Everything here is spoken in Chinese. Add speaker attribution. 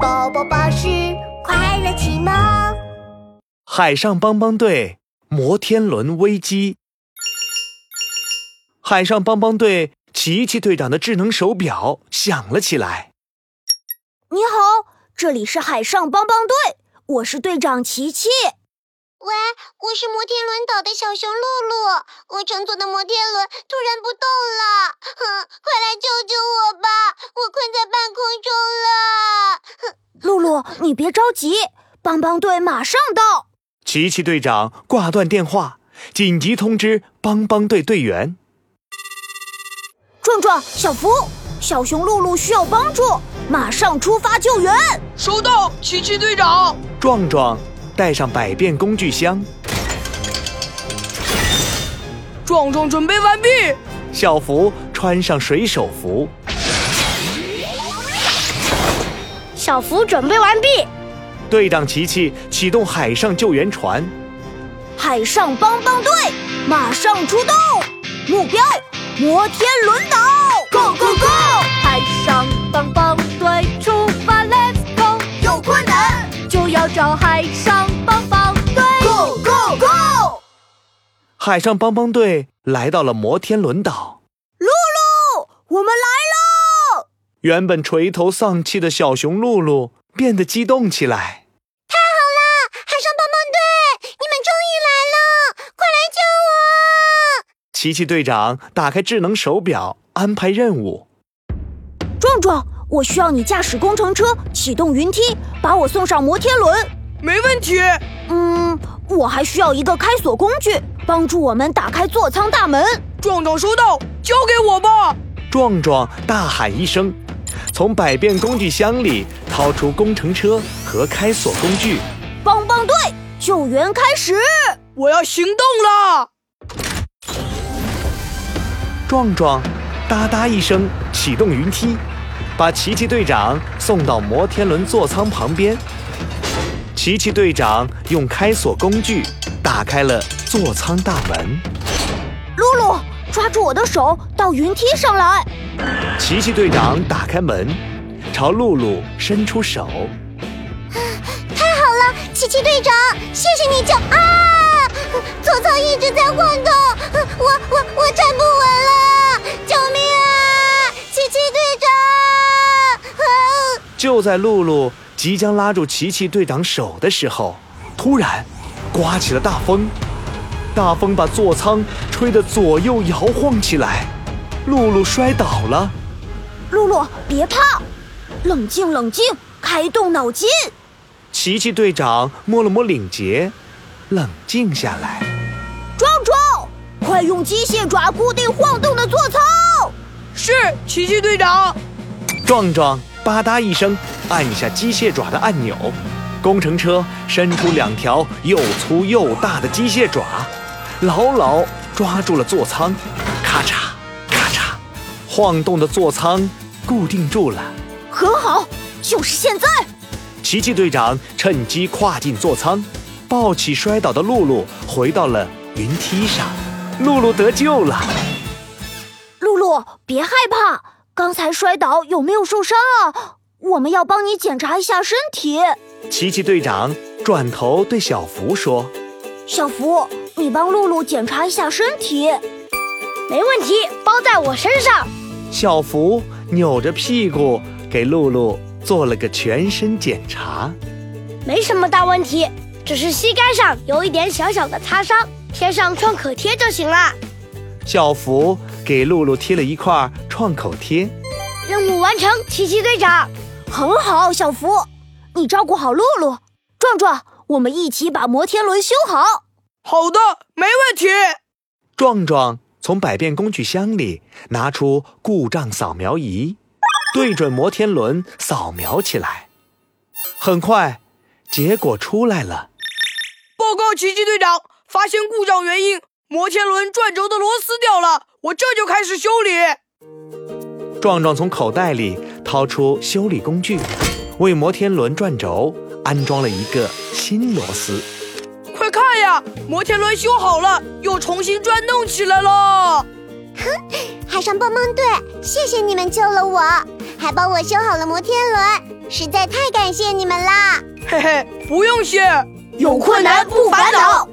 Speaker 1: 宝宝巴士快乐启蒙。
Speaker 2: 海上帮帮队摩天轮危机。海上帮帮队琪琪队长的智能手表响了起来。
Speaker 3: 你好，这里是海上帮帮队，我是队长琪琪。
Speaker 4: 喂，我是摩天轮岛的小熊露露，我乘坐的摩天轮突然不动了，哼，快来救救我吧！我困在半空中了。
Speaker 3: 露露，你别着急，帮帮队马上到。
Speaker 2: 琪琪队长挂断电话，紧急通知帮帮队队员。
Speaker 3: 壮壮、小福、小熊露露需要帮助，马上出发救援。
Speaker 5: 收到，琪琪队长。
Speaker 2: 壮壮带上百变工具箱，
Speaker 5: 壮壮准备完毕。
Speaker 2: 小福穿上水手服，
Speaker 6: 小福准备完毕。
Speaker 2: 队长琪琪启动海上救援船。
Speaker 3: 海上帮帮队马上出动，目标摩天轮岛，Go Go Go！
Speaker 7: 海上帮帮队出发，Let's go！
Speaker 3: 有困难
Speaker 7: 就要找海上帮帮队
Speaker 3: ，Go Go Go！
Speaker 2: 海上帮帮队来到了摩天轮岛。
Speaker 3: 露露，我们来喽！
Speaker 2: 原本垂头丧气的小熊露露变得激动起来。
Speaker 4: 太好了，海上帮帮队，你们终于来了，快来救我！
Speaker 2: 琪琪队长打开智能手表，安排任务。
Speaker 3: 壮壮，我需要你驾驶工程车，启动云梯，把我送上摩天轮。
Speaker 5: 没问题。
Speaker 3: 嗯，我还需要一个开锁工具，帮助我们打开座舱大门。
Speaker 5: 壮壮收到，交给我吧。
Speaker 2: 壮壮大喊一声，从百变工具箱里掏出工程车和开锁工具。
Speaker 3: 帮帮队，救援开始！
Speaker 5: 我要行动了。
Speaker 2: 壮壮哒哒一声启动云梯，把琪琪队长送到摩天轮座舱旁边。琪琪队长用开锁工具打开了座舱大门。
Speaker 3: 露露，抓住我的手，到云梯上来。
Speaker 2: 琪琪队长打开门，朝露露伸出手。
Speaker 4: 太好了，琪琪队长，谢谢你救啊！座舱一直在晃动，我我我站不稳了，救命啊！琪琪队长！啊
Speaker 3: 呃
Speaker 2: 就在露露即将拉住琪琪队长手的时候，突然刮起了大风，大风把座舱吹得左右摇晃起来，露露摔倒了。
Speaker 3: 露露，别怕，冷静冷静，开动脑筋。
Speaker 2: 琪琪队长摸了摸领结，冷静下来。
Speaker 3: 壮壮，快用机械爪固定晃动的座舱。
Speaker 5: 是琪琪队长。
Speaker 2: 壮壮吧嗒一声按下机械爪的按钮，工程车伸出两条又粗又大的机械爪，牢牢抓住了座舱，咔嚓咔嚓，晃动的座舱固定住了。
Speaker 3: 很好，就是现在。
Speaker 2: 奇迹队长趁机跨进座舱，抱起摔倒的露露，回到了云梯上。露露得救了。
Speaker 3: 露露，别害怕，刚才摔倒有没有受伤啊？我们要帮你检查一下身体。
Speaker 2: 奇迹队长转头对小福说
Speaker 3: 小福，你帮露露检查一下身体。
Speaker 6: 没问题，包在我身上。：“
Speaker 2: 小福，扭着屁股给露露做了个全身检查。”
Speaker 6: 没什么大问题，只是膝盖上有一点小小的擦伤，贴上创可贴就行了。
Speaker 2: 小福给露露贴了一块创口贴。
Speaker 6: 任务完成，奇奇队长。
Speaker 3: 很好，小福，你照顾好露露。壮壮，我们一起把摩天轮修好。
Speaker 5: 好的，没问题。
Speaker 2: 壮壮从百变工具箱里拿出故障扫描仪，对准摩天轮扫描起来。很快，结果出来了。
Speaker 5: 报告奇迹队长，发现故障原因，摩天轮转轴的螺丝掉了，我这就开始修理。
Speaker 2: 壮壮从口袋里掏出修理工具，为摩天轮转轴安装了一个新螺丝。
Speaker 5: 快看呀，摩天轮修好了，又重新转动起来了。
Speaker 4: 海上帮帮队，谢谢你们救了我，还帮我修好了摩天轮，
Speaker 8: 实在太感谢你们啦！
Speaker 4: 嘿嘿，不用谢。
Speaker 5: 有困难不烦恼。